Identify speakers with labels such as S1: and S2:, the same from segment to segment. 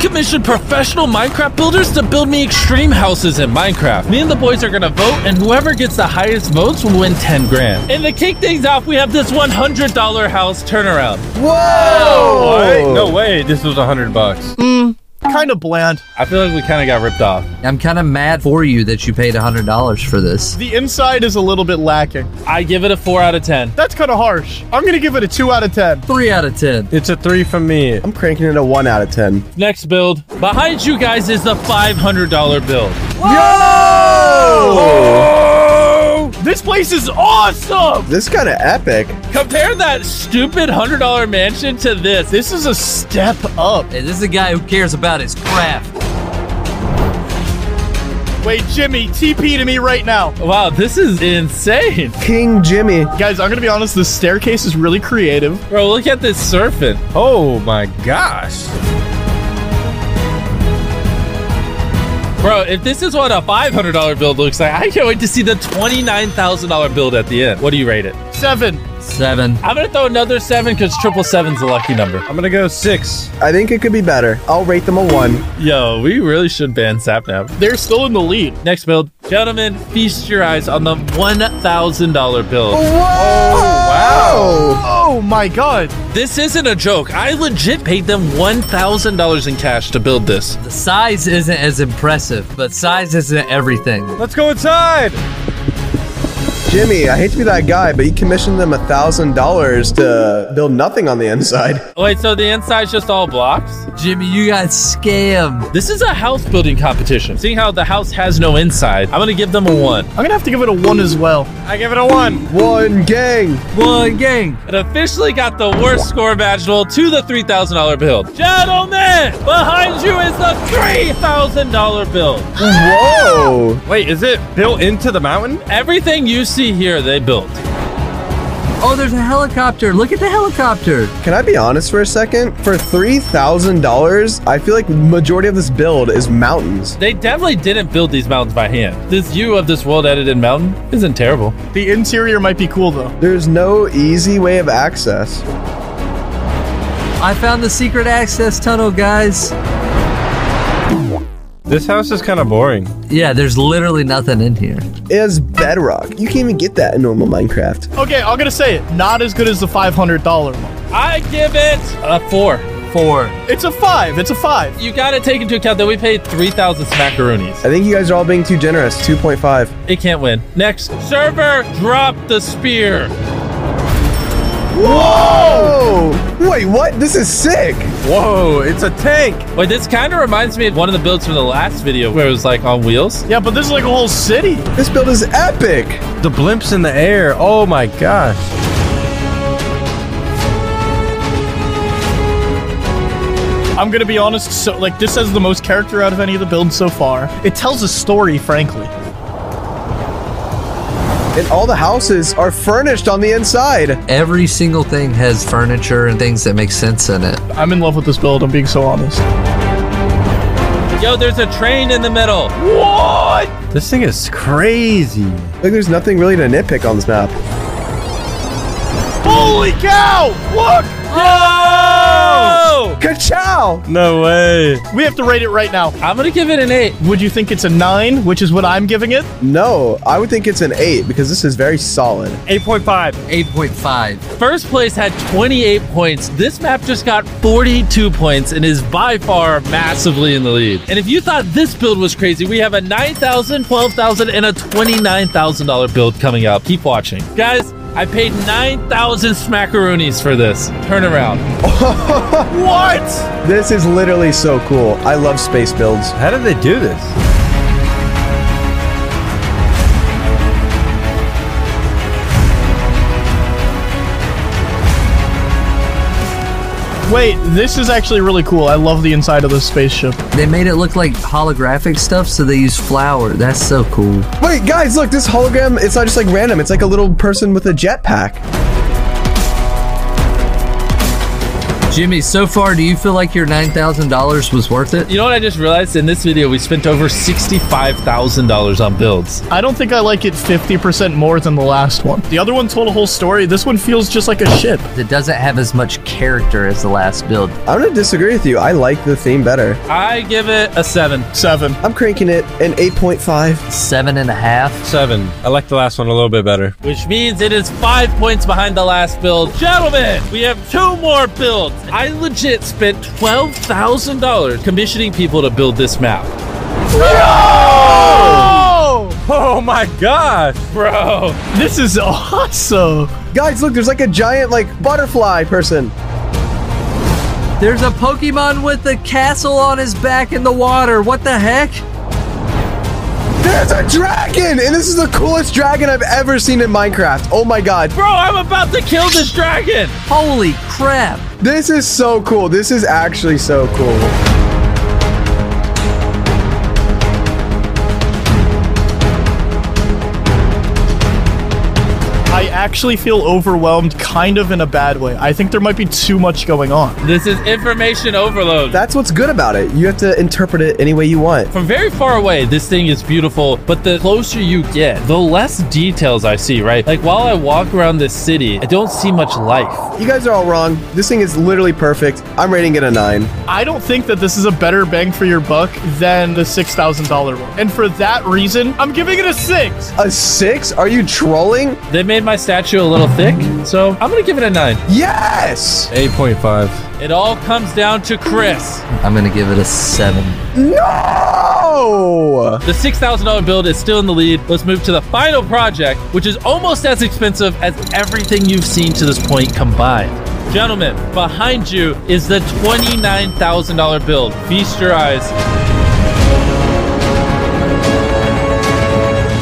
S1: commissioned professional Minecraft builders to build me extreme houses in Minecraft. Me and the boys are gonna vote, and whoever gets the highest votes will win 10 grand. And to kick things off, we have this $100 house turnaround.
S2: Whoa!
S1: Alright, no way, this was 100 bucks.
S2: Kind of bland.
S1: I feel like we kind of got ripped off.
S3: I'm kind of mad for you that you paid $100 for this.
S2: The inside is a little bit lacking.
S1: I give it a 4 out of 10.
S2: That's kind of harsh. I'm gonna give it a two out of ten.
S3: 3 out of 10.
S4: It's a three from me.
S5: I'm cranking it a one out of ten.
S1: Next build. Behind you guys is the $500 build.
S2: Oh! This place is awesome.
S5: This kind of epic.
S1: Compare that stupid $100 mansion to this. This
S2: This is a step up.
S3: Hey, this is a guy who cares about his craft.
S2: Wait, Jimmy, TP to me right now.
S1: Wow, this is insane.
S5: King Jimmy.
S2: Guys, I'm gonna be honest. This staircase is really creative.
S1: Bro, look at this surfing.
S4: Oh my gosh.
S1: Bro, if this is what a $500 build looks like, I can't wait to see the $29,000 build at the end. What do you rate it?
S2: Seven.
S3: 7.
S1: I'm going to throw another seven because triple seven's a lucky number.
S4: I'm gonna go six.
S5: I think it could be better. I'll rate them a one.
S1: Yo, we really should ban Sapnap.
S2: They're still in the lead.
S1: Next build. Gentlemen, feast your eyes on the $1,000 build.
S5: Wow.
S2: Oh my god.
S1: This isn't a joke. I legit paid them $1,000 in cash to build this.
S3: The size isn't as impressive, but size isn't everything.
S4: Let's go inside.
S5: Jimmy, I hate to be that guy, but you commissioned them a thousand dollars to build nothing on the inside.
S1: Oh, Wait, so the inside's just all blocks?
S3: Jimmy, you got scammed.
S1: This is a house building competition. Seeing how the house has no inside, I'm going to give them a one.
S2: I'm gonna have to give it a one as well.
S4: I give it a one.
S5: One gang.
S3: One gang.
S1: It officially got the worst score imaginable to the $3,000 build. Gentlemen, behind you is the $3,000 build.
S5: Whoa.
S4: Wait, is it built into the mountain?
S1: Everything you see here, they built.
S3: Oh, there's a helicopter. Look at the helicopter.
S5: Can I be honest for a second? For three thousand dollars, I feel like the majority of this build is mountains.
S1: They definitely didn't build these mountains by hand. This view of this world edited mountain isn't terrible.
S2: The interior might be cool though.
S5: There's no easy way of access.
S3: I found the secret access tunnel, guys.
S4: This house is kind of boring.
S3: Yeah, there's literally nothing in here.
S5: It has bedrock. You can't even get that in normal Minecraft.
S2: Okay, I'm gonna say it. Not as good as the $500 one.
S1: I give it a four.
S3: Four.
S2: It's a five. It's a five.
S1: You gotta take into account that we paid 3,000 smackaroonies.
S5: I think you guys are all being too generous. 2.5.
S1: It can't win. Next, server, drop the spear.
S5: Whoa! Wait, what? This is sick.
S4: Whoa, it's a tank.
S1: Wait, this kind of reminds me of one of the builds from the last video where it was like on wheels.
S2: Yeah, but this is like a whole city.
S5: This build is epic.
S4: The blimp's in the air. Oh my gosh.
S2: I'm gonna be honest, so like this has the most character out of any of the builds so far. It tells a story, frankly.
S5: And all the houses are furnished on the inside.
S3: Every single thing has furniture and things that make sense in it.
S2: I'm in love with this build, I'm being so honest.
S1: Yo, there's a train in the middle.
S2: What?
S4: This thing is crazy.
S5: Like there's nothing really to nitpick on this map.
S2: Holy cow! Look!
S1: Oh!
S5: Ka-chow!
S4: No way.
S2: We have to rate it right now.
S1: I'm gonna give it an eight.
S2: Would you think it's a nine, which is what I'm giving it?
S5: No, I would think it's an eight because this is very solid.
S4: 8.5.
S3: 8.5.
S1: First place had 28 points. This map just got 42 points and is by far massively in the lead. And if you thought this build was crazy, we have a 9,000, 12,000, and a $29,000 build coming up. Keep watching. Guys, I paid 9,000 smackaroonies for this. Turn around.
S2: What?
S5: This is literally so cool. I love space builds.
S4: How did they do this?
S2: Wait, this is actually really cool. I love the inside of this spaceship.
S3: They made it look like holographic stuff, so they used flour. That's so cool.
S5: Wait, guys, look, this hologram, it's not just like random. It's like a little person with a jetpack.
S3: Jimmy, so far, do you feel like your $9,000 was worth it?
S1: You know what I just realized? In this video, we spent over $65,000 on builds.
S2: I don't think I like it 50% more than the last one. The other one told a whole story. This one feels just like a ship.
S3: It doesn't have as much character as the last build.
S5: I'm gonna disagree with you. I like the theme better.
S1: I give it a seven.
S2: Seven.
S5: I'm cranking it an 8.5.
S3: Seven and a half.
S4: Seven. I like the last one a little bit better.
S1: Which means it is five points behind the last build. Gentlemen, we have two more builds. I legit spent $12,000 commissioning people to build this map.
S4: Oh my gosh.
S1: Bro.
S2: This is awesome.
S5: Guys, look, there's like a giant like butterfly person.
S3: There's a Pokemon with a castle on his back in the water. What the heck?
S5: There's a dragon, and this is the coolest dragon I've ever seen in Minecraft. Oh my god,
S1: Bro, I'm about to kill this dragon.
S3: Holy crap.
S5: this is so cool. This is actually so cool.
S2: I actually feel overwhelmed, kind of in a bad way. I think there might be too much going on.
S1: This is information overload.
S5: That's what's good about it. You have to interpret it any way you want.
S1: From very far away, this thing is beautiful, but the closer you get, the less details I see, right? Like while I walk around this city, I don't see much life.
S5: You guys are all wrong. This thing is literally perfect. I'm rating it a nine.
S2: I don't think that this is a better bang for your buck than the $6,000 one. And for that reason, I'm giving it a six.
S5: A six? Are you trolling?
S1: They made my statue a little thick, so I'm gonna give it a nine.
S5: Yes!
S4: 8.5.
S1: It all comes down to Chris.
S3: I'm going to give it a seven.
S5: No!
S1: The $6,000 build is still in the lead. Let's move to the final project, which is almost as expensive as everything you've seen to this point combined. Gentlemen, behind you is the $29,000 build. Feast your eyes.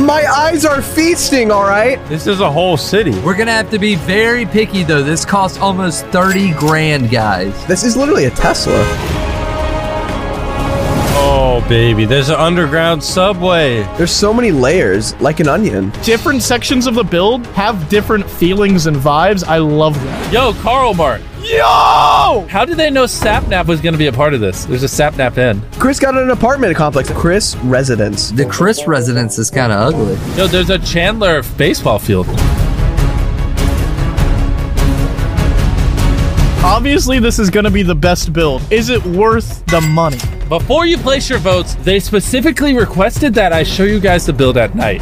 S5: My eyes are feasting, all right?
S4: This is a whole city.
S3: We're going to have to be very picky, though. This costs almost 30 grand, guys.
S5: This is literally a Tesla.
S4: Oh, baby. There's an underground subway.
S5: There's so many layers, like an onion.
S2: Different sections of the build have different feelings and vibes. I love that.
S1: Yo, Carl Mark.
S2: Yo!
S1: How did they know Sapnap was going to be a part of this? There's a Sapnap in.
S5: Chris got an apartment complex. Chris Residence.
S3: The Chris residence is kind of ugly.
S1: Yo, there's a Chandler baseball field.
S2: Obviously, this is going to be the best build. Is it worth the money?
S1: Before you place your votes, they specifically requested that I show you guys the build at night.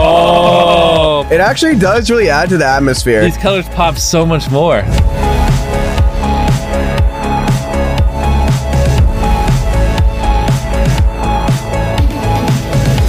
S1: Oh,
S5: It actually does really add to the atmosphere.
S1: these colors pop so much more.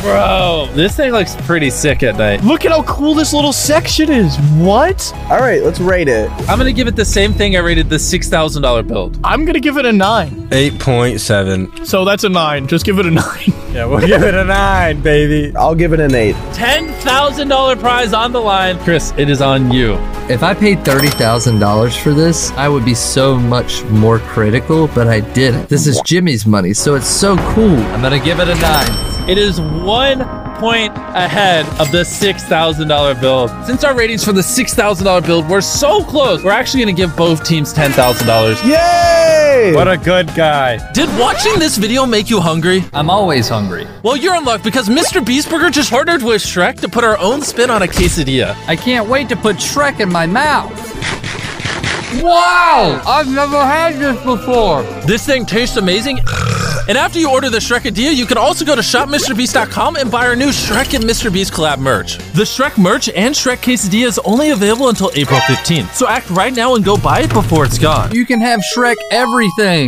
S1: Bro, this thing looks pretty sick at night.
S2: Look at how cool this little section is. What?
S5: All right, let's rate it.
S1: I'm gonna give it the same thing I rated the $6,000 build.
S2: I'm going to give it a nine.
S4: 8.7.
S2: So that's a nine. Just give it a nine.
S4: Yeah, we'll give it a nine, baby.
S5: I'll give it an eight.
S1: $10,000 prize on the line. Chris, it is on you.
S3: If I paid $30,000 for this, I would be so much more critical, but I didn't. This is Jimmy's money, so it's so cool. I'm going to give it a nine.
S1: It is one point ahead of the $6,000 build. Since our ratings for the $6,000 build were so close, we're actually going to give both teams $10,000.
S5: Yay!
S4: What a good guy.
S1: Did watching this video make you hungry?
S3: I'm always hungry.
S1: Well, you're in luck because Mr. Beastburger just partnered with Shrek to put our own spin on a quesadilla.
S3: I can't wait to put Shrek in my mouth. Wow! I've never had this before.
S1: This thing tastes amazing. And after you order the Shrekadilla, you can also go to shopmrbeast.com and buy our new Shrek and Mr. Beast collab merch. The Shrek merch and Shrek quesadilla is only available until April 15th, so act right now and go buy it before it's gone.
S3: You can have Shrek everything.